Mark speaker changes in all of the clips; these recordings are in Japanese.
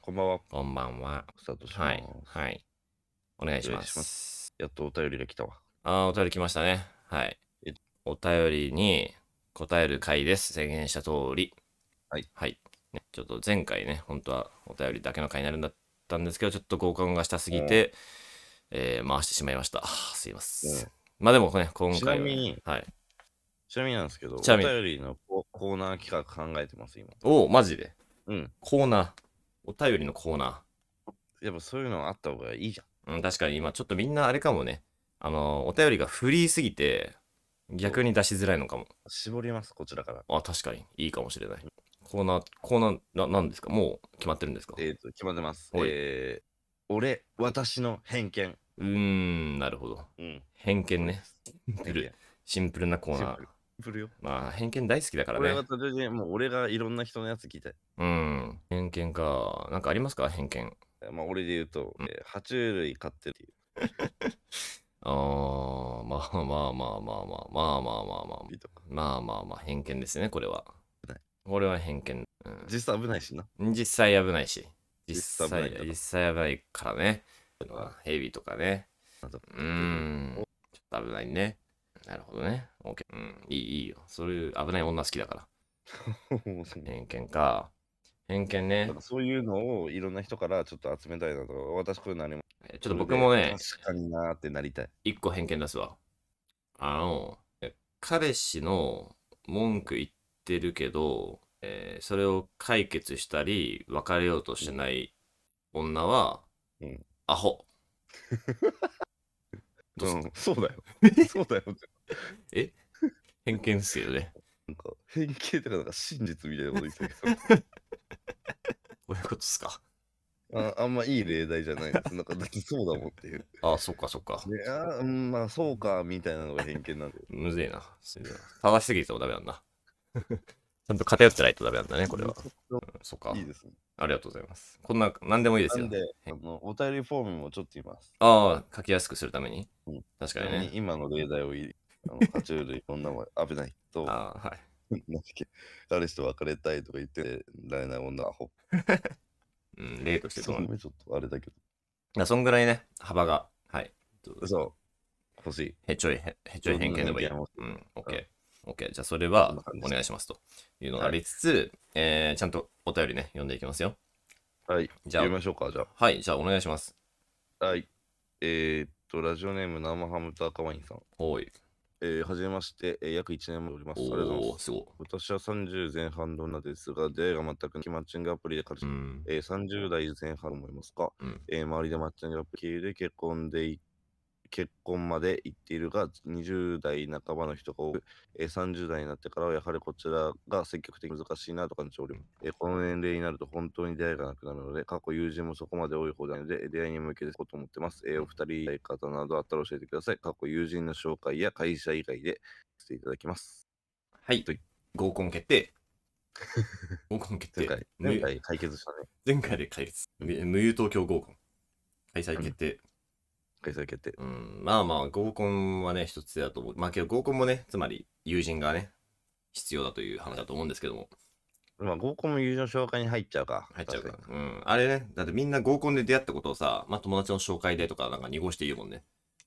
Speaker 1: こんばんは。
Speaker 2: こんばんは。
Speaker 1: スタートします。
Speaker 2: はい。はい。お願いし
Speaker 1: お
Speaker 2: ま。
Speaker 1: 願いしますやっとお便りが来たわ。
Speaker 2: ああ、お便り来ましたね。はい
Speaker 1: え。
Speaker 2: お便りに答える回です。宣言した通り。
Speaker 1: はい。
Speaker 2: はい。ね、ちょっと前回ね、本当はお便りだけの回になるんだったんですけど、ちょっと合コンがしたすぎて、えー回してしまいました。はあすいません。まあでもね、今
Speaker 1: ちな
Speaker 2: 回は
Speaker 1: み
Speaker 2: ね、
Speaker 1: に、
Speaker 2: はい。
Speaker 1: ちなみになんですけど、お
Speaker 2: ちなみに
Speaker 1: 便りのココーナー企画考えてます、今。
Speaker 2: おお、マジで。
Speaker 1: うん。
Speaker 2: コーナー。お便りのコーナー。
Speaker 1: やっぱそういうのあった方がいいじゃん。
Speaker 2: うん、確かに今ちょっとみんなあれかもね。あの、お便りがフリーすぎて、逆に出しづらいのかも。
Speaker 1: 絞ります、こちらから。
Speaker 2: あ、確かに。いいかもしれない。コーナー、コーナー、な、なんですかもう決まってるんですか
Speaker 1: えっ、と、決まってます。
Speaker 2: おい
Speaker 1: えー、俺、私の偏見。
Speaker 2: うーん、なるほど。
Speaker 1: うん。
Speaker 2: 偏見ね。
Speaker 1: 偏
Speaker 2: プ
Speaker 1: 見
Speaker 2: ル。シンプルなコー
Speaker 1: シ
Speaker 2: ナ
Speaker 1: ン
Speaker 2: ー
Speaker 1: プル。プルよ。
Speaker 2: まあ、偏見大好きだから
Speaker 1: 俺は
Speaker 2: ね。
Speaker 1: 途中でもう俺がいろんな人のやつ聞いて、
Speaker 2: うん。偏見か。なんかありますか偏見。
Speaker 1: まあ俺で言うと、
Speaker 2: うん
Speaker 1: えー爬虫類飼ってるっていう。
Speaker 2: あー、まあまあまあまあまあまあまあまあまあ。
Speaker 1: いいとこ
Speaker 2: まあまあまあ、偏見ですね、これは
Speaker 1: 危ない。
Speaker 2: これは偏見。うん
Speaker 1: 実際危ないしな。
Speaker 2: 実際危ないし実
Speaker 1: 実際危な
Speaker 2: 際
Speaker 1: いから
Speaker 2: 実際危ないからねヘビとかね
Speaker 1: など
Speaker 2: うーんちょっと危ないねなるほどね OK、うん、いいいいよそういう危ない女好きだから
Speaker 1: もうその
Speaker 2: 偏見か偏見ね
Speaker 1: だからそういうのをいろんな人からちょっと集めたいなと、私こういうのあります。
Speaker 2: えちょっと僕もね
Speaker 1: それで確かになーってなりたい。
Speaker 2: 一個偏見出すわあのえ彼氏の文句言ってるけど、えーそれを解決したり別れようとしてない女は、
Speaker 1: うん
Speaker 2: アホどうす
Speaker 1: うん、そうだよ。そうだよ。
Speaker 2: 偏見ですけどね
Speaker 1: なんか、変形とか、なんか真実みたいなこと言ってたけ
Speaker 2: こういうことですか。
Speaker 1: どあ、あんまいい例題じゃないです。なんか、だってそうだもんっていう。
Speaker 2: あそっかそっか。
Speaker 1: で、あー、うんまあ、そうか、みたいなのが偏見なんで。
Speaker 2: むずいな。すずいな正しすぎてもダメなんだ。 ちゃんと偏ってないとダメなんだね、これは。うんそっか
Speaker 1: い。いですね。
Speaker 2: ありがとうございます。こんな、なんでもいいです
Speaker 1: な
Speaker 2: よ
Speaker 1: ん。で、あの、お便りフォームもちょっといます。
Speaker 2: ああ、書きやすくするために
Speaker 1: うん。
Speaker 2: 確かにね。
Speaker 1: 今の例題をいあの、 爬虫類、こんなもん危ない。と、なんだ
Speaker 2: ああ、はい。
Speaker 1: っけ彼氏と別れたいとか言って、られない女はほ。
Speaker 2: うん、例として
Speaker 1: そ
Speaker 2: そううなんだ
Speaker 1: ね、ちょっとあれだけ
Speaker 2: いやそんぐらいね、幅が。はい。
Speaker 1: ど。そう。欲しい。
Speaker 2: へちょい、へへちょい偏見でもいい。
Speaker 1: どんな偏
Speaker 2: うん、オッ
Speaker 1: う
Speaker 2: ケー。オッケー。じゃあ、それは
Speaker 1: こんな感じで
Speaker 2: お
Speaker 1: す
Speaker 2: 願いしますというのがありつつ、えーちゃんとお便りね、読んでいきますよ。
Speaker 1: はい。
Speaker 2: じゃあ
Speaker 1: 読み、ましょうか、じゃあ。
Speaker 2: はい、じゃあお願いします。
Speaker 1: はい。えー、っと、ラジオネーム、生ハムと赤ワインさん。
Speaker 2: おい。
Speaker 1: えー、はじめまして、えー、約1年もおります。ありがとうござい
Speaker 2: お
Speaker 1: ま
Speaker 2: ー、
Speaker 1: す。
Speaker 2: すごい。
Speaker 1: 私は30前半の女ですが、出会いが全くなくマッチングアプリで彼氏、
Speaker 2: うん。
Speaker 1: えー、30代前半思いますか、
Speaker 2: うん
Speaker 1: えー周りでマッチングアプリで結婚でい結婚まで行っているが、20代半ばの人が多く、えー、30代になってからはやはりこちらが積極的に難しいなと感じております、えーこの年齢になると本当に出会いがなくなるので、過去友人もそこまで多い方なので、出会いに向けていこうと思ってます。えーお二人出会い方などあったら教えてください。過去友人の紹介や会社以外でしていただきます。
Speaker 2: はい
Speaker 1: はい。
Speaker 2: 合コン 決定。合コン決
Speaker 1: 前
Speaker 2: 定
Speaker 1: 回。、
Speaker 2: 無
Speaker 1: 前回解決したね。
Speaker 2: 前回で解決。無無友東京合コン。開催決定。
Speaker 1: 解決決定。
Speaker 2: うん、まあまあ、合コンはね、一つだと思う。まあ、けど合コンもね、つまり友人がね、必要だという話だと思うんですけども、
Speaker 1: まあ、合コンも友人の紹介に入っちゃうか。
Speaker 2: 入っちゃうか
Speaker 1: 確に。
Speaker 2: ら。うん。あれね、だってみんな合コンで出会ったことをさ、まあ友達の紹介でとかなんか濁して言うもんね。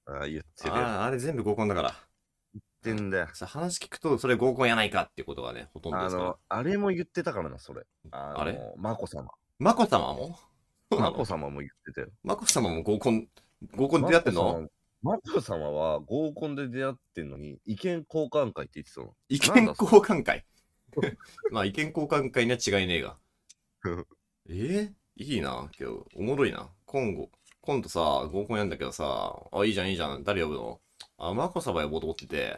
Speaker 1: ああ、言って
Speaker 2: あ
Speaker 1: るよ。
Speaker 2: あ、あれ全部合コンだから。
Speaker 1: 言ってんだよ。
Speaker 2: さ話聞くと、それ合コンやないかっていうことがね、ほとんどで
Speaker 1: あ
Speaker 2: すから
Speaker 1: の。、あれも言ってたからな、それ。あ
Speaker 2: あれ
Speaker 1: の眞子様。
Speaker 2: まこ様も そうな
Speaker 1: 眞
Speaker 2: の
Speaker 1: 子様も言ってたよ。
Speaker 2: まこ様も合コン、合コンで出会ってんの
Speaker 1: 眞子様眞子様は合コンで出会ってんのに、意見交換会って言ってたの。
Speaker 2: 意見交換会まあ意見交換会には違いねえが
Speaker 1: うん。
Speaker 2: えー、いいな、今日。おもろいな。今後、今度さ、合コンやんだけどさ、あ、いいじゃん、いいじゃん。誰呼ぶのあ、マコ様呼ぼうと思ってて、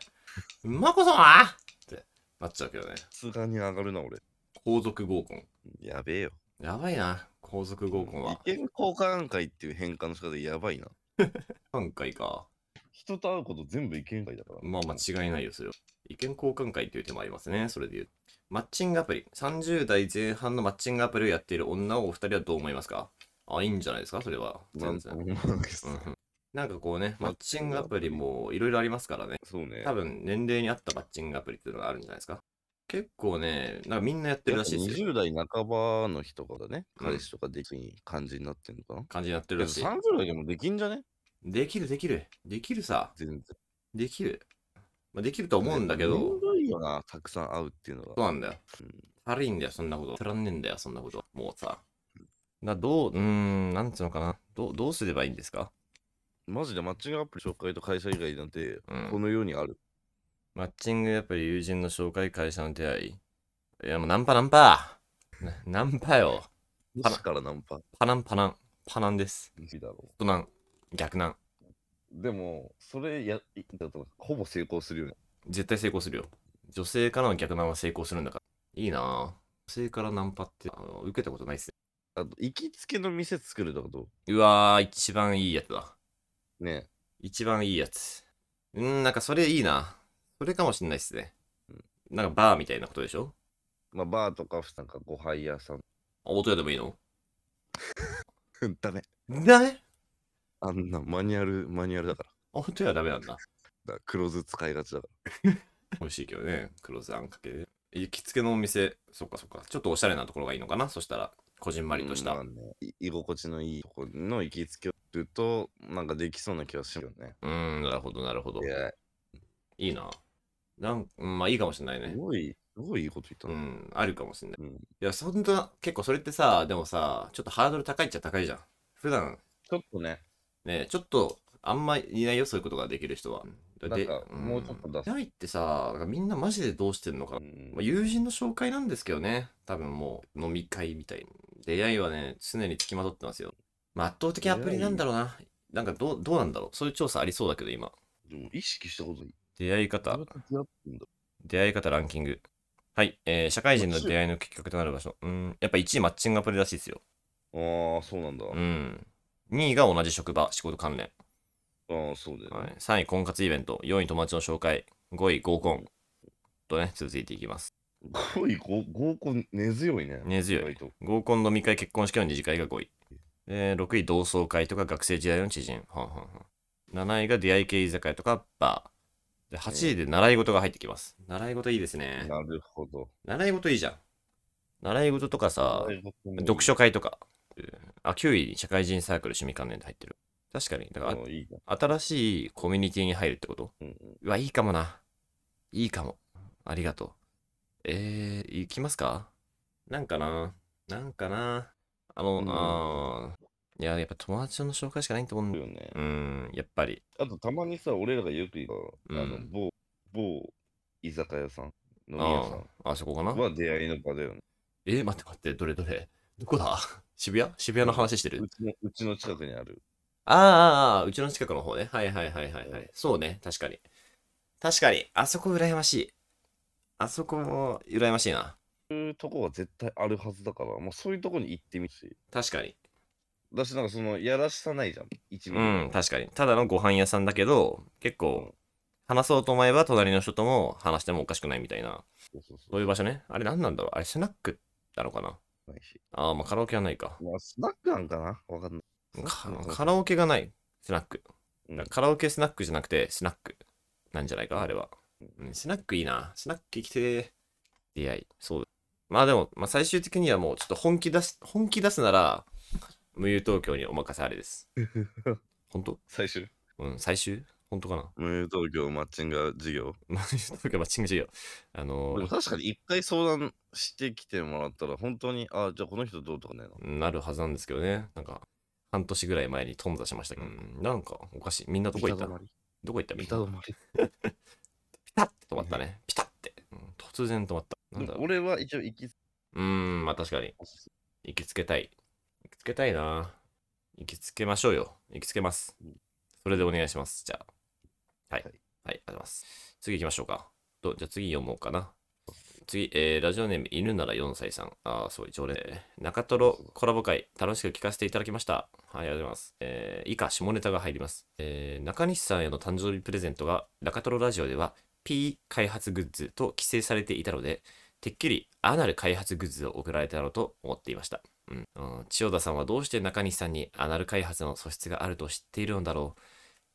Speaker 2: マコ様ってなっちゃうけどね。
Speaker 1: さすがに上がるな、俺。
Speaker 2: 皇族合コン。
Speaker 1: やべえよ。
Speaker 2: やばいな、皇族合コンは。
Speaker 1: 意見交換会っていう変換の仕方やばいな。
Speaker 2: 交換会か。
Speaker 1: 人と会うこと全部意見会だから。
Speaker 2: まあ間違いないよ、それは。意見交換会という手もありますね、それで言う。マッチングアプリ。30代前半のマッチングアプリをやっている女をお二人はどう思いますかあ、いいんじゃないですか、それは。
Speaker 1: なん
Speaker 2: 全
Speaker 1: とも
Speaker 2: 然。
Speaker 1: 思わないです
Speaker 2: うんなんかこうね、マッチングアプリもいろいろありますからね。
Speaker 1: そうね
Speaker 2: 多。分年齢に合ったマッチングアプリっていうのがあるんじゃないですか。結構ね、なんかみんなやってる
Speaker 1: や
Speaker 2: ら
Speaker 1: っぱ
Speaker 2: しいですよ。
Speaker 1: 20代半ばの人がね、
Speaker 2: うん
Speaker 1: 彼氏とかできる感じになってんのかな、
Speaker 2: 感じになってる
Speaker 1: いや
Speaker 2: らしい。
Speaker 1: 30代でもできんじゃね
Speaker 2: できるできる。できるさ。
Speaker 1: 全然。
Speaker 2: できる。まあ、できると思うんだけ
Speaker 1: め
Speaker 2: ど
Speaker 1: ん、どいよな、たくさん会うっていうのが。
Speaker 2: そうなんだよ。
Speaker 1: うん
Speaker 2: 足りんだよ、そんなこと。足らんねえんだよ、そんなこと。もうさ。などう、うーん、なんつうのかな。どうどうすればいいんですか
Speaker 1: マジでマッチングアプリ紹介と会社以外なんて、
Speaker 2: うん
Speaker 1: この世にある。
Speaker 2: マッチング、やっぱり友人の紹介、会社の手配。いや、もうナンパナンパなナンパよ。
Speaker 1: パスからナンパ。
Speaker 2: パナンパナン。パナンです。
Speaker 1: いいだろ
Speaker 2: パナン。逆ナン。
Speaker 1: う。でも、それや、いだとほぼ成功するよね。
Speaker 2: 絶対成功するよ。女性からの逆ナンは成功するんだから。いいなぁ。女性からナンパって、あの受けたことないっす
Speaker 1: あと、行きつけの店作るとかど
Speaker 2: ね。うわぁ、一番いいやつだ。
Speaker 1: うね
Speaker 2: 一番いいやつ。うーん、なんかそれいいな。それかもしんないっすね
Speaker 1: うん。
Speaker 2: なんかバーみたいなことでしょ
Speaker 1: まあ、バーとか、なんかご飯屋さん。
Speaker 2: 大戸屋でもいいの
Speaker 1: だね。
Speaker 2: だね
Speaker 1: あんなマニュアル、マニュアルだから。
Speaker 2: 大戸屋はダメな んだ。
Speaker 1: だから黒酢使いがちだか
Speaker 2: 美味しいけどね。黒酢あんかけで。行きつけのお店、そっかそっか。ちょっとおしゃれなところがいいのかなそしたら、こじんま
Speaker 1: ら。
Speaker 2: りとした。
Speaker 1: うんまあねい居心地のいいとこの行きつけをすると、なんかできそうな気がするよね。
Speaker 2: うーん、なるほど、なるほど。
Speaker 1: いや、
Speaker 2: いいな。なんうんまあいいかもしんない
Speaker 1: す
Speaker 2: ね。
Speaker 1: ごい、すごいいいこと言った
Speaker 2: う
Speaker 1: な。
Speaker 2: ん、あるかもしんない。
Speaker 1: うん
Speaker 2: いや、そんな、結構それってさ、でもさ、ちょっとハードル高いっちゃ高いじゃん。普段、
Speaker 1: ちょっとね、
Speaker 2: ね、ちょっと、あんまいないよ、そういうことができる人は。で
Speaker 1: なんかもうちょっと出す
Speaker 2: んないってさ、なんかみんなマジでどうしてんのかな。まあ、友人の紹介なんですけどね、多分もう飲み会みたい。出会いはね、常につきまとってますよ。まあ、圧倒的アプリなんだろうな。なんかどう、どうなんだろう。そういう調査ありそうだけど、今。
Speaker 1: でも意識したことない。
Speaker 2: 出会い
Speaker 1: ど
Speaker 2: 方
Speaker 1: うやっ、て出会ってんだ
Speaker 2: 出会い方ランキング。はい、えー、社会人の出会いのきっかけとなる場所。うん、やっぱ1位マッチングアプリらしいですよ。
Speaker 1: ああ、そうなんだ。
Speaker 2: うん。2位が同じ職場、仕事関連。
Speaker 1: ああ、そうだよね、
Speaker 2: はい、3位、婚活イベント。4位、友達の紹介。5位、合コン。とね、続いていきます。
Speaker 1: すごい合合コン根強いね。
Speaker 2: 根強い
Speaker 1: 意外と
Speaker 2: 合コン飲み会、結婚式の二次会が5位。で6位、同窓会とか学生時代の知人。はんはんはん7位が出会い系居酒屋とかバー。で8位で習い事が入ってきます。習い事いいですね。
Speaker 1: なるほど。
Speaker 2: 習い事いいじゃん。習い事とかさ、読
Speaker 1: 読
Speaker 2: 書会とか。うんあ、9位、社会人サークル趣味関連で入ってる。確かに。だから、
Speaker 1: いいね
Speaker 2: 新しいコミュニティに入るってこと
Speaker 1: うんうん
Speaker 2: うわ、いいかもな。いいかも。ありがとう。えー、行きますかなんかななんかなあの、
Speaker 1: うん
Speaker 2: あーいや、やっぱ友達の紹介しかないと思うん
Speaker 1: そう
Speaker 2: だよ。
Speaker 1: よね
Speaker 2: う。ん、やっぱり。
Speaker 1: あと、たまにさ、俺らがよく行く、
Speaker 2: うん
Speaker 1: あの某某居酒屋さん、飲み屋
Speaker 2: あ
Speaker 1: さ
Speaker 2: ーあそこかなん
Speaker 1: は出会いの場だよね。
Speaker 2: えー、待って待って、どれどれどこ だ渋谷渋谷の話してる、
Speaker 1: うちのうちの近くにある。
Speaker 2: あーあー、あーうちの近くの方ね。はいはいはいはい、はい。そうね、確かに。確かに、あそこ羨ましい。あそこも羨ましいな。
Speaker 1: そういうとこは絶対あるはずだから、まあ、そういうとこに行ってみるし。
Speaker 2: 確かに。
Speaker 1: だし、なんかその、やらしさないじゃん。一ミ
Speaker 2: う
Speaker 1: リも
Speaker 2: ん、確かに。ただのご飯屋さんだけど、
Speaker 1: う
Speaker 2: 結
Speaker 1: ん
Speaker 2: 構、話そうと思えば隣の人とも話してもおかしくないみたいな、
Speaker 1: そうそうそ
Speaker 2: そういう場所ね。あれ何なんだろうあれスナックなのかな
Speaker 1: う。ないし。
Speaker 2: ああ、まあカラオケはないか。
Speaker 1: まあ、スナックなんかなわかんない。
Speaker 2: か
Speaker 1: そうそうそう
Speaker 2: カラオケがない、スナック。
Speaker 1: うん
Speaker 2: だからカラオケスナックじゃなくて、スナックなんじゃないかあれは。うん、スナックいいな。スナック行きてー出会い。そう。まあでも、まあ最終的にはもうちょっと本気出す、本気出すなら、無友東京にお任せあ れです。本当
Speaker 1: 最終。
Speaker 2: うん、最終本当かな
Speaker 1: 無料東京マッチング事業。
Speaker 2: マッチングマッチング事業。あ
Speaker 1: で
Speaker 2: の
Speaker 1: も確かに一回相談してきてもらったら、本当に、あ、じゃあこの人どうとかねえな。
Speaker 2: なるはずなんですけどね。なんか、半年ぐらい前に頓挫しましたけど、うんなんかおかしい。みんなどこ行った
Speaker 1: 板止まり。
Speaker 2: どこ行ったみん
Speaker 1: 板
Speaker 2: な
Speaker 1: 止まり。
Speaker 2: ピタッて止まったね。ピタッて。うん突然止まった。なんだろう。
Speaker 1: 俺は一応行き
Speaker 2: うーん、まあ確かに。行きつけたい。行きつけたいな。行きつけましょうよ。行きつけます
Speaker 1: うん。
Speaker 2: それでお願いします。じゃあ。はい。
Speaker 1: は
Speaker 2: はいい、ありがとうございます。次行きましょうか。とじゃあ次読もうかな。次、えーラジオネーム、犬なら4歳さん。ああ、すごい、常連。中トロコラボ会、楽しく聞かせていただきました。はい、ありがとうございます。えー以下、下ネタが入ります。えー中西さんへの誕生日プレゼントが、中トロラジオでは、P 開発グッズと規制されていたので、てっきりアナル開発グッズを送られたのと思っていました。うん、うん千代田さんはどうして中西さんにアナル開発の素質があると知っているのだろ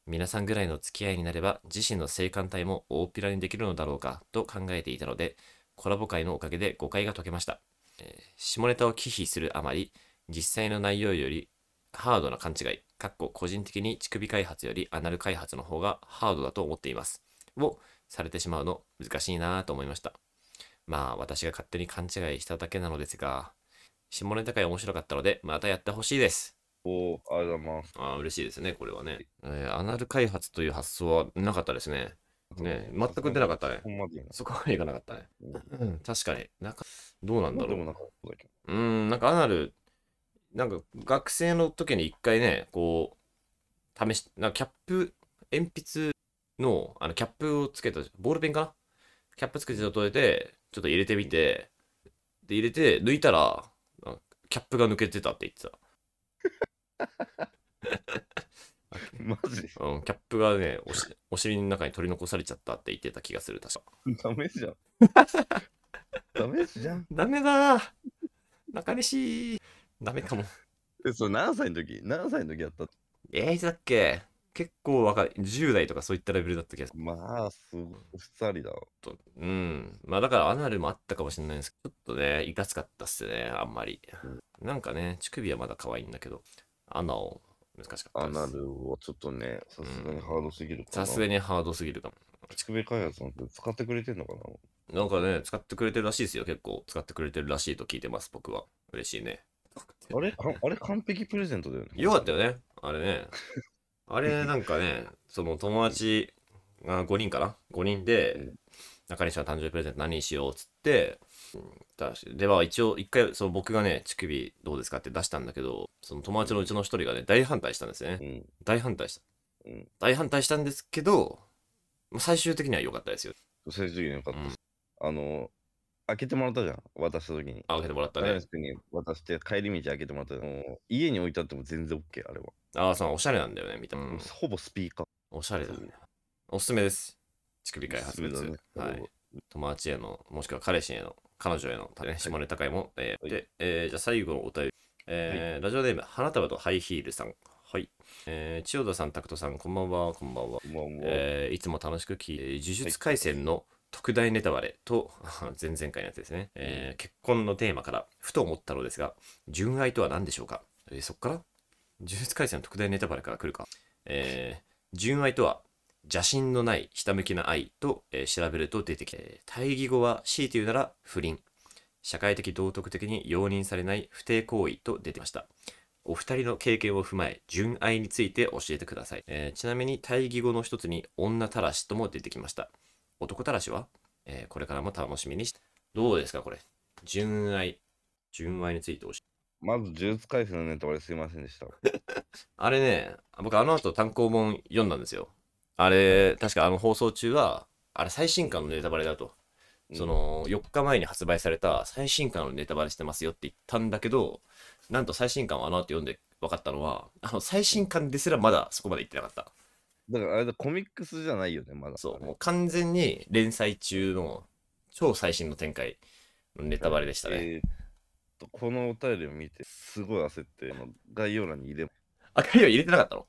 Speaker 2: う皆さんぐらいの付き合いになれば自身の性感帯も大っぴらにできるのだろうかと考えていたのでコラボ会のおかげで誤解が解けました。えー下ネタを忌避するあまり、実際の内容よりハードな勘違い、かっこ個人的に乳首開発よりアナル開発の方がハードだと思っています。をされてしまうの難しいなぁと思いました。まあ私が勝手に勘違いしただけなのですが、下ネタ会面白かったのでまたやってほしいです。
Speaker 1: おー、ありがとうございます。
Speaker 2: ああ、嬉しいですね、これはね。えーアナル開発という発想はなかったですね。ね全く出なかったね
Speaker 1: ほんまでいいな。
Speaker 2: そこまでいかなかったね。うん、確かに。なんか、どうなんだ
Speaker 1: で
Speaker 2: ろう。
Speaker 1: もなんか、そうだけ
Speaker 2: うーん、なんかアナル、なんか学生の時に一回ね、こう、試し、なんかキャップ、鉛筆の、あの、キャップをつけた、ボールペンかなキャップつけて取れて、ちょっと入れてみて、で、入れて、抜いたら、あキャップが抜けてたって言って
Speaker 1: ど。 マジで
Speaker 2: た。うん、キャップがね、おしお尻の中に取り残されちゃったって言ってた気がする、確か。
Speaker 1: ダメ じゃん。ダメじゃん。
Speaker 2: ダメだー中西ーダメかも。
Speaker 1: え、それ何歳の時何歳の時やった
Speaker 2: えー、いつだっけ結構若い。10代とかそういったレベルだった気がする
Speaker 1: まあ、すごい。二人だわ。
Speaker 2: と、うん。まあだからアナルもあったかもしれないんですけど、ちょっとね、いかつかったっすね、あんまり。なんかね、乳首はまだ可愛いんだけど、アナを難しかった
Speaker 1: ア
Speaker 2: で
Speaker 1: ナ
Speaker 2: す。
Speaker 1: ルはちょっとね、さすがにハードすぎるかな。
Speaker 2: さすがにハードすぎるかも。
Speaker 1: 乳首開発なんて使ってくれてんのかな
Speaker 2: なんかね、使ってくれてるらしいですよ、結構。使ってくれてるらしいと聞いてます、僕は。嬉しいね。
Speaker 1: あれかあれ完璧プレゼントだよね。
Speaker 2: よかったよね、あ れね。あれ、なんかね、その友達が5人かな ?5 人
Speaker 1: う
Speaker 2: で
Speaker 1: ん、
Speaker 2: 中西の誕生日プレゼント何にしようっつって、出してでは一応一回、その僕がね、乳首どうですかって出したんだけど、その友達のうちの一人がね、大反対したんですね
Speaker 1: う。ん。
Speaker 2: 大反対した
Speaker 1: うん。
Speaker 2: 大反対したんですけど、まあ最終的には良かったですよ。
Speaker 1: 最終的によかった
Speaker 2: うん
Speaker 1: です。あの、開けてもらったじゃん。渡した時に。
Speaker 2: あ、開けてもらった
Speaker 1: 大
Speaker 2: ね。
Speaker 1: 輔に渡して帰り道開けてもらったじゃんもう家に置いてあっても全然 OK、あれは。
Speaker 2: ああ、そう、おしゃれなんだよね、みたいな。
Speaker 1: ほぼスピーカー。
Speaker 2: おしゃれだね。おすすめです。乳首開発
Speaker 1: おすすめ
Speaker 2: 物。
Speaker 1: だ
Speaker 2: は
Speaker 1: ね
Speaker 2: い。友達への、もしくは彼氏への、彼女への、ね、下ネタ会も、えー
Speaker 1: はい
Speaker 2: で、えーじゃあ最後のお便り、えーラジオネーム、花束とハイヒールさん。はい。えー千代田さん、拓人さん、こんばんは、こんばんは。
Speaker 1: まあもう、
Speaker 2: えーいつも楽しく聞いて、呪術廻戦の特大ネタバレと、 前々回のやつですね、えー結婚のテーマから、ふと思ったのですが、純愛とは何でしょうか、えーそっから呪術廻戦の特大ネタバレから来るか。えー純愛とは、邪神のないひたむきな愛と、えー調べると出てきて、えー対義語は強いて言うなら不倫。社会的道徳的に容認されない不貞行為と出てきました。お二人の経験を踏まえ、純愛について教えてください。えーちなみに対義語の一つに女たらしとも出てきました。男たらしは、えーこれからも楽しみにして。どうですか、これ。純愛。純愛について教えて。
Speaker 1: まず、呪術回戦のネタバレすいませんでした。
Speaker 2: あれね、僕あの後単行本読んだんですよ。あれ、確かあの放送中は、あれ最新刊のネタバレだと。 その4日前に発売された最新刊のネタバレしてますよって言ったんだけど、なんと最新刊をあの後読んで分かったのは、あの最新刊ですらまだそこまで行ってなかった。
Speaker 1: だからあれだ、コミックスじゃないよね、まだ。
Speaker 2: そう、
Speaker 1: あ
Speaker 2: もう完全に連載中の超最新の展開のネタバレでした
Speaker 1: れ。
Speaker 2: ね。
Speaker 1: えーっと、このお便りを見て、すごい焦って、あの概要欄に入れ
Speaker 2: あ、概要入れてなかったの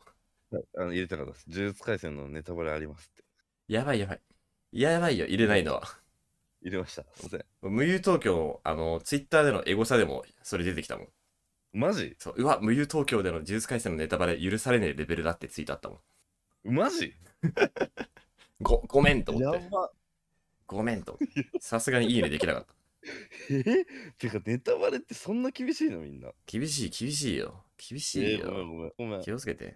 Speaker 1: あの入れたかったです。呪術回戦のネタバレありますって。
Speaker 2: やばいやばい。やばいよ、入れないのは。
Speaker 1: 入れました。すいません。
Speaker 2: 無友東京の、あの、ツイッターでのエゴサでもそれ出てきたもん。
Speaker 1: マジ
Speaker 2: そう、うわ、無友東京での呪術廻戦のネタバレ許されねえレベルだってツイートあったもん。
Speaker 1: マジ
Speaker 2: ご、ごめんと思って。
Speaker 1: ば。
Speaker 2: ごめんと思って。さすがにいいねできなかった。
Speaker 1: えー、てか、ネタバレってそんな厳しいのみんな。
Speaker 2: 厳しい、厳しいよ。厳しい
Speaker 1: えー、
Speaker 2: よ。
Speaker 1: ごめんごめん。ごめん
Speaker 2: 気をつけて。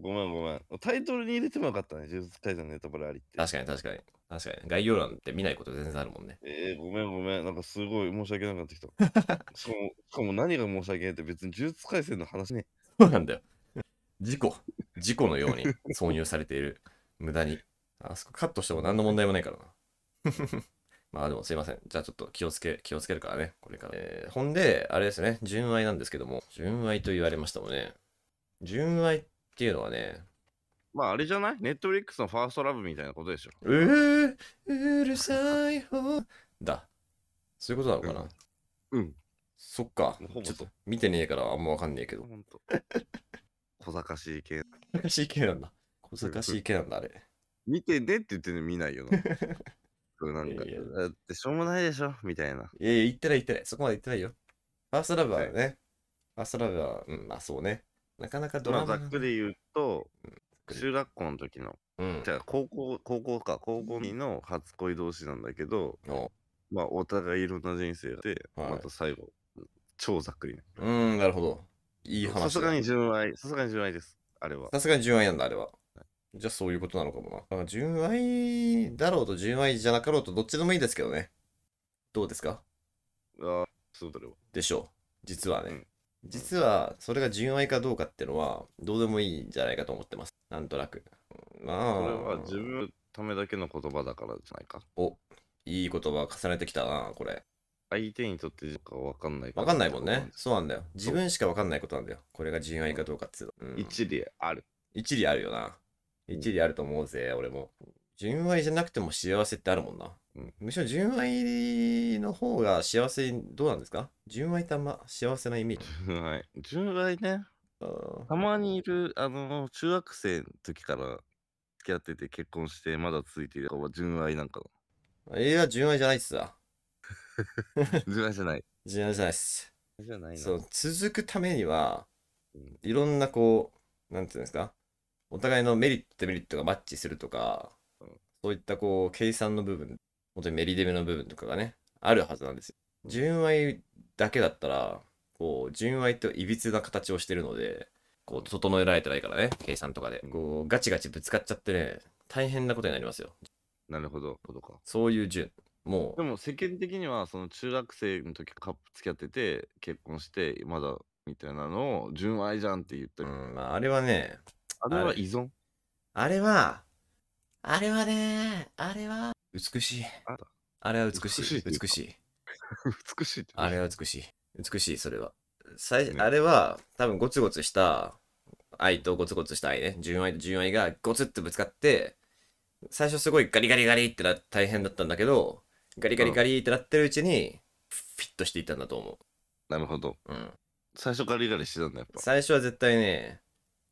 Speaker 1: ごめんごめん。タイトルに入れてもよかったね。呪術回戦のネタバレありって。
Speaker 2: 確かに確かに。確かに。概要欄って見ないこと全然あるもんね。
Speaker 1: えー、ごめんごめん。なんかすごい申し訳なくなって きた。しかも、しかも何が申し訳ないって別に呪術廻戦の話ね。
Speaker 2: そうなんだよ。事故。事故のように挿入されている。無駄に。あそこカットしても何の問題もないからな。 まあでもすいません。じゃあちょっと気をつけ、気をつけるからね。これから。えーほんで、あれですね。純愛なんですけども。純愛と言われましたもんね。純愛っていうのはね。
Speaker 1: まああれじゃないネットフリックスのファーストラブみたいなことでしょ。
Speaker 2: えー、うるさい方だ。そういうことなのかな、
Speaker 1: うんうん
Speaker 2: そっか
Speaker 1: ほぼそ。う
Speaker 2: ちょっと見てねえからあんまわかんねえけど。
Speaker 1: ほん と。小賢しい系。
Speaker 2: 小賢しい系なんだ。小賢しい系なんだ、あれ。
Speaker 1: 見てねって言ってね、見ないよな。なんか
Speaker 2: いやいや
Speaker 1: だってしょうもないでしょみたいない
Speaker 2: やいや、言ってない言ってない。そこまで言ってないよ。ファーストラブはね、ファーストラブは、うん、まあそうね。なかなかド
Speaker 1: ま
Speaker 2: ラ
Speaker 1: あ
Speaker 2: マ
Speaker 1: ざ
Speaker 2: が
Speaker 1: っくり言うと
Speaker 2: くり
Speaker 1: 中学校の時の
Speaker 2: うん
Speaker 1: じ。ゃあ高校高校か高校の初恋同士なんだけど
Speaker 2: お
Speaker 1: まあお互いいろんな人生で、
Speaker 2: はい
Speaker 1: また最後超ざっくりね
Speaker 2: うーん、なるほど。いい話だ。
Speaker 1: さすがに純愛さすがに純愛ですあれは
Speaker 2: さすがに純愛なんだ、あれは。じゃあそういうことなのかもな。だから純愛だろうと純愛じゃなかろうとどっちでもいいですけどね。どうですか
Speaker 1: あそうだろ
Speaker 2: でしょう。実はね。
Speaker 1: うん
Speaker 2: 実はそれが純愛かどうかってのはどうでもいいんじゃないかと思ってます。なんとなく。まあ、
Speaker 1: それは自分のためだけの言葉だからじゃないか
Speaker 2: おいい言葉を重ねてきたな、これ。
Speaker 1: 相手にとって自分かわかんないら
Speaker 2: わかんないもん
Speaker 1: ってこ
Speaker 2: ね。
Speaker 1: と
Speaker 2: そうなんだよ。自分しかわかんないことなんだよ。これが純愛かどうかっていうの、うん
Speaker 1: なんです一理ある
Speaker 2: 一理あるよな。一理あると思うぜ、俺も。純愛じゃなくても幸せってあるもんな。
Speaker 1: うん
Speaker 2: むしろ純愛の方が幸せ、どうなんですか純愛ってあんま幸せなイメージ。
Speaker 1: 純愛純愛ね
Speaker 2: あー
Speaker 1: たまにいるあの中学生の時から付き合ってて結婚してまだ続いている子は純愛なんか
Speaker 2: いや、純愛じゃないっすわ。
Speaker 1: な純愛じゃない
Speaker 2: 純愛じゃないっす。
Speaker 1: じゃないな
Speaker 2: そう、続くためには
Speaker 1: うん、
Speaker 2: いろんなこう、なんていうんですかお互いのメリット、デメリットがマッチするとか
Speaker 1: うん、
Speaker 2: そういったこう、計算の部分、本当にメリデメの部分とかがね、あるはずなんですよ。純愛だけだったら、こう、純愛といびつな形をしてるので、こう、整えられてないからね、計算とかで。こう、ガチガチぶつかっちゃってね、大変なことになりますよ。
Speaker 1: なるほどことか
Speaker 2: そういう純。も
Speaker 1: でも世間的にはその中学生の時カップ付き合ってて結婚してまだみたいなのを純愛じゃんって言った
Speaker 2: う、う
Speaker 1: り、
Speaker 2: ん、まあ、あれはね、
Speaker 1: あれは
Speaker 2: あれ
Speaker 1: 依存
Speaker 2: あれは、あれはね、あれは、美しい
Speaker 1: あ。
Speaker 2: あれは美し
Speaker 1: 美しい
Speaker 2: い。
Speaker 1: っていうか
Speaker 2: 美しい。
Speaker 1: 美しいって
Speaker 2: あれは美しい。美しい、それは。最
Speaker 1: ね
Speaker 2: あれは、多分ゴツゴツした愛とゴツゴツした愛ね。純愛と純愛がゴツってぶつかって、最初すごいガリガリガリってな大変だったんだけど、ガリガリガリってなってるうちに、フィットしていったんだと思
Speaker 1: なるほど
Speaker 2: う。うん。
Speaker 1: 最初からリガリしてたんだやっぱ
Speaker 2: 最初は絶対ね、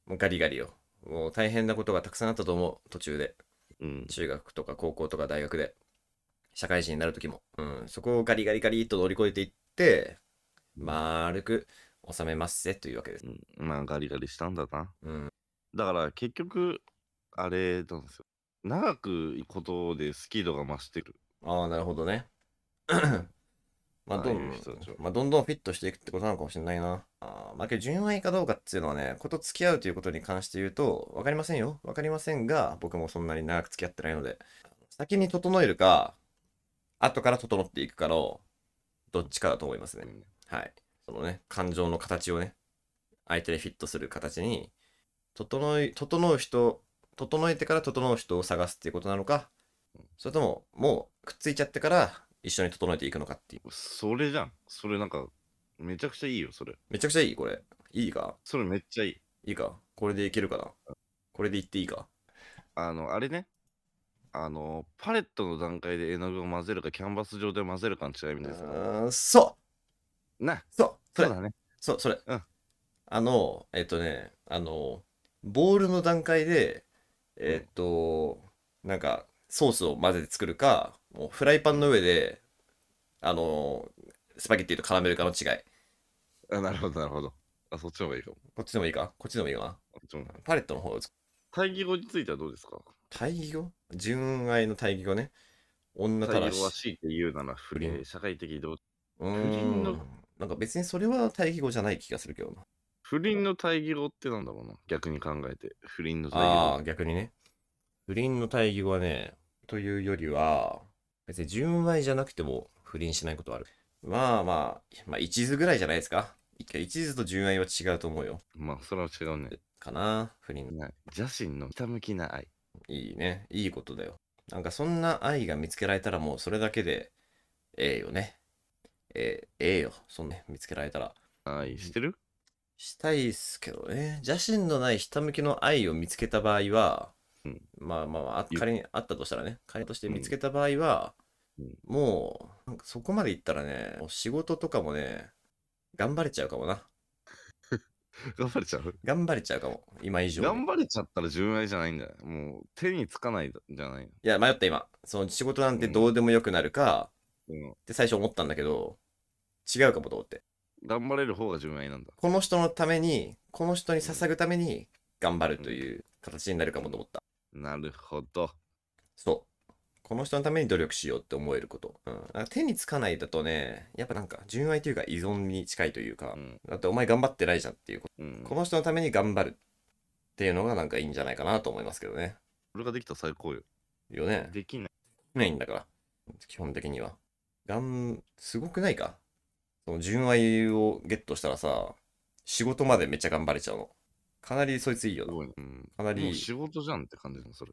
Speaker 2: もうガリガリよ。もう大変なことがたくさんあったと思う、途中で。
Speaker 1: うん
Speaker 2: 中学とか高校とか大学で社会人になる時も、うん、そこをガリガリガリっと乗り越えていって丸く収めますぜというわけです、
Speaker 1: うんまあガリガリしたんだな
Speaker 2: うん、
Speaker 1: だから結局あれなんですよ長くいくことでスキードが増してる
Speaker 2: ああなるほどねま
Speaker 1: あ
Speaker 2: あど
Speaker 1: あい
Speaker 2: ん
Speaker 1: う人たちは
Speaker 2: まあ、どんどんフィットしていくってことなのかもしれないな。あーまあ、けど純愛かどうかっていうのはね、こと付き合うということに関して言うと、わかりませんよ。わかりませんが、僕もそんなに長く付き合ってないので、先に整えるか、後から整っていくかの、どっちかだと思いますね。はい。そのね、感情の形をね、相手にフィットする形に、整い、整う人、整えてから整う人を探すっていうことなのか、それとも、もうくっついちゃってから一緒に整えていくのかっていう。
Speaker 1: それじゃんそれなんかめちゃくちゃいいよそれ
Speaker 2: めちゃくちゃいいこれ。いいか
Speaker 1: それめっちゃいい
Speaker 2: いいかこれでいけるかなこれでいっていいか
Speaker 1: あのあれねあのパレットの段階で絵の具を混ぜるかキャンバス上で混ぜるかの違いみたいです
Speaker 2: ーん、そ
Speaker 1: な
Speaker 2: うそう
Speaker 1: そう
Speaker 2: それ
Speaker 1: だね
Speaker 2: そう、それ。
Speaker 1: うん
Speaker 2: あの、えっとね、あの、ボールの段階で、えっと、なんか、ソースを混ぜて作るか、もうフライパンの上で、あの、スパゲッティと絡めるかの違い。
Speaker 1: あなるほどなるほどあそっちの方がいいかも
Speaker 2: こっちでもいいかこっちでもいいか
Speaker 1: こっちの方
Speaker 2: な
Speaker 1: が
Speaker 2: パレットの方を作
Speaker 1: 対義語についてはどうですか
Speaker 2: 対義語純愛の対義語ね。女た
Speaker 1: 対
Speaker 2: ら
Speaker 1: 義語は
Speaker 2: し。
Speaker 1: 強いて言うなら不
Speaker 2: 不
Speaker 1: 倫
Speaker 2: 倫
Speaker 1: 社会的同
Speaker 2: うー
Speaker 1: 倫の
Speaker 2: ん。なんか別にそれは対義語じゃない気がするけどな。
Speaker 1: 不倫の対義語ってなんだろうな逆に考えて不倫の対
Speaker 2: ああ、
Speaker 1: 義
Speaker 2: 逆にね。不倫の対義語はね、というよりは、別に純愛じゃなくても不倫しないことはある。まあまあ、まあ一途ぐらいじゃないですか。一回一途と純愛は違うと思うよ。
Speaker 1: 語まあそれは違うね
Speaker 2: かな、不倫。
Speaker 1: ない邪神のひたむきな愛
Speaker 2: いいね。いいことだよ。なんかそんな愛が見つけられたらもうそれだけで、ええよね。ええええよ。そんな、見つけられたら。
Speaker 1: 愛してる
Speaker 2: したいっすけどね。邪神のないひたむきの愛を見つけた場合は、
Speaker 1: うん
Speaker 2: まあまあまあ、あ
Speaker 1: ゆ
Speaker 2: 仮にあったとしたらね、仮として見つけた場合は、
Speaker 1: うん
Speaker 2: もう、なんかそこまでいったらね、もう仕事とかもね、頑張れちゃうかもな。
Speaker 1: 頑張れちゃう
Speaker 2: 頑張れちゃうかも。今以上に。
Speaker 1: 頑張れちゃったら純愛じゃないんだよ。もう手につかないんじゃない
Speaker 2: いや、迷った今。その仕事なんてどうでもよくなるか、
Speaker 1: の。
Speaker 2: って最初思ったんだけど、違うかもと思って。
Speaker 1: うん、頑張れる方が純愛なんだ。
Speaker 2: この人のために、この人に捧ぐために頑張るという形になるかもと思った。
Speaker 1: なるほど。
Speaker 2: そう。この人のために努力しようって思えること。うん。なんか手につかないだとね、やっぱなんか純愛というか依存に近いというか、
Speaker 1: うん。
Speaker 2: だってお前頑張ってないじゃんっていうこ
Speaker 1: うん、
Speaker 2: と。この人のために頑張るっていうのがなんかいいんじゃないかなと思いますけどね。
Speaker 1: 俺ができたら最高よ。
Speaker 2: よね。
Speaker 1: できない。
Speaker 2: ないんだから。基本的には。がん、すごくないかその純愛をゲットしたらさ、仕事までめっちゃ頑張れちゃうの。かなりそいついいよ
Speaker 1: す
Speaker 2: な。
Speaker 1: ごいね、うん。
Speaker 2: かなり
Speaker 1: もう仕事じゃんって感じのそ れ。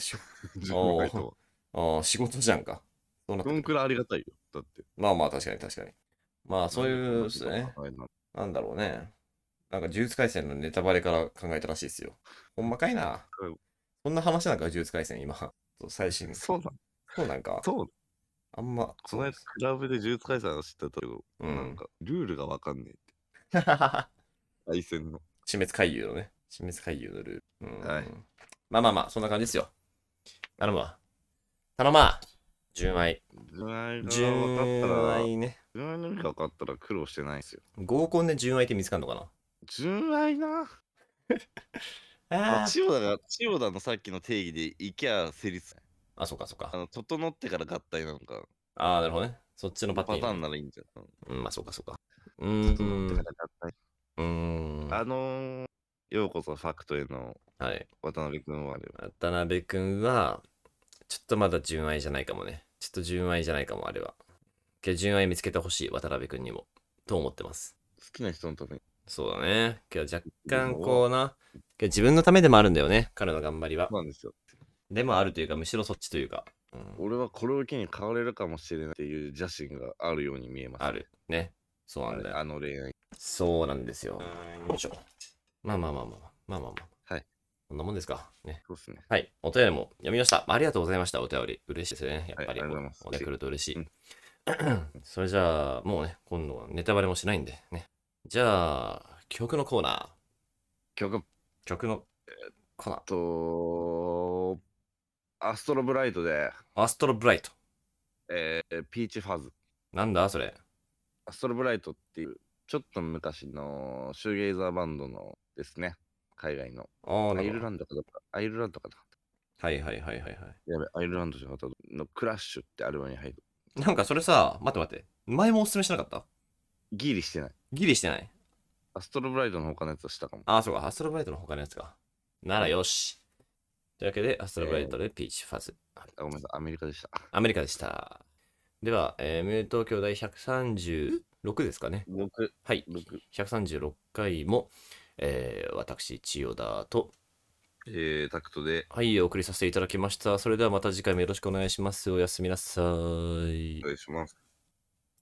Speaker 2: し
Speaker 1: 自分の回答は。
Speaker 2: ああ、仕事じゃんか。そうなって
Speaker 1: ど
Speaker 2: く
Speaker 1: ん
Speaker 2: る
Speaker 1: くらいありがたいよ。だって。
Speaker 2: まあまあ、確かに確かに。まあ、そういうですね。
Speaker 1: はいな
Speaker 2: なんだろうね。なんか、呪術廻戦のネタバレから考えたらしいですよ。ほんまかいな
Speaker 1: うん。
Speaker 2: そんな話なんか、呪術廻戦、今。そう最新。そ
Speaker 1: そうだ。
Speaker 2: うなんか。
Speaker 1: そうだ。
Speaker 2: あんま。
Speaker 1: この間、クラブで呪術解散を知ったけど、
Speaker 2: うん
Speaker 1: なんか、ルールがわかんねえって。対戦の。
Speaker 2: 死滅回遊のね。死滅回遊のルール。うん
Speaker 1: はい
Speaker 2: まあまあまあ、そんな感じですよ。頼むわ。頼まあ。純愛。
Speaker 1: 純愛が分かった
Speaker 2: 純
Speaker 1: ら、
Speaker 2: 愛ね。
Speaker 1: 純愛の意味が分かったら苦労してないですよ。
Speaker 2: 合コンで純愛って見つかんのか
Speaker 1: 純愛な。
Speaker 2: な
Speaker 1: あ、千代田が、千代田のさっきの定義で、いきゃ成立。
Speaker 2: あ、そうかそうか
Speaker 1: あ。の、整ってから合体なのか、
Speaker 2: ああ、なるほどね。そっちのパ
Speaker 1: パ
Speaker 2: テ
Speaker 1: タ
Speaker 2: ィー
Speaker 1: ー
Speaker 2: ン。
Speaker 1: ンならいいんじゃん。
Speaker 2: うん、まあそうかそうか。うー
Speaker 1: 整って
Speaker 2: ん
Speaker 1: か。ら合体。
Speaker 2: うーん。
Speaker 1: あのー、ようこそファクトへの
Speaker 2: はい。
Speaker 1: 渡辺君はあれは。
Speaker 2: 渡辺くんは、ちょっとまだ純愛じゃないかもね。ちょっと純愛じゃないかも、あれは。けど純愛見つけてほしい、渡辺くんにも。と思ってます。
Speaker 1: 好きな人のために。
Speaker 2: そうだね。けど若干こうな。けど自分のためでもあるんだよね。彼の頑張りは
Speaker 1: そ。うなんですよ。
Speaker 2: でもあるというか、むしろそっちというか。うん、
Speaker 1: 俺はこれを機に変われるかもしれないっていう邪心があるように見えます。
Speaker 2: ある。ね。そう
Speaker 1: あ
Speaker 2: なんだ
Speaker 1: れ。
Speaker 2: よ。
Speaker 1: あの恋愛。
Speaker 2: そうなんですよ。よいしょ。まあまあまあまあまあまあまあまあ。
Speaker 1: はい。
Speaker 2: こんなもんですか。ね。
Speaker 1: そうっすね。
Speaker 2: はい。お便りも読みました。ありがとうございました。お便り。嬉しいですよね。やっぱ
Speaker 1: はいあり
Speaker 2: り、
Speaker 1: がとうございます
Speaker 2: お便り来ると嬉しい。
Speaker 1: うん
Speaker 2: それじゃあ、もうね、今度はネタバレもしないんでね。じゃあ、曲のコーナ
Speaker 1: 曲
Speaker 2: ー。曲のコーナー。
Speaker 1: と、アストロブライトで、
Speaker 2: アストロブライト。
Speaker 1: えーピーチファズ。
Speaker 2: なんだそれ。
Speaker 1: アストロブライトっていう、ちょっと昔のシューゲイザーバンドのですね。海外の。
Speaker 2: ああ、
Speaker 1: ア
Speaker 2: な
Speaker 1: イ
Speaker 2: る
Speaker 1: ル
Speaker 2: ほ
Speaker 1: ラ
Speaker 2: ど。
Speaker 1: ンドかどっか。アイルランドかな。
Speaker 2: はいはいはいはいは
Speaker 1: やべ、アイルランドじゃなかったのクラッシュってアルバムに入る。
Speaker 2: い。なんかそれさ、待って待って。前もおすすめしなかった
Speaker 1: ギリしてない。
Speaker 2: ギリしてない。
Speaker 1: アストロブライトの他のやつはしたかも。
Speaker 2: ああ、そうか。アストロブライトの他のやつか。ならよし。というわけで、アストロブライトでピーチファズ。
Speaker 1: あごめんなさい、アメリカでした。
Speaker 2: アメリカでした。では、えー、無東京第136ですかね。
Speaker 1: 6、
Speaker 2: はい。
Speaker 1: 6。
Speaker 2: 136回も、えー私、千代田と、
Speaker 1: えー、タクトで、
Speaker 2: はい、お送りさせていただきました。それではまた次回もよろしくお願いします。おやすみなさ
Speaker 1: お。
Speaker 2: い
Speaker 1: 願いします。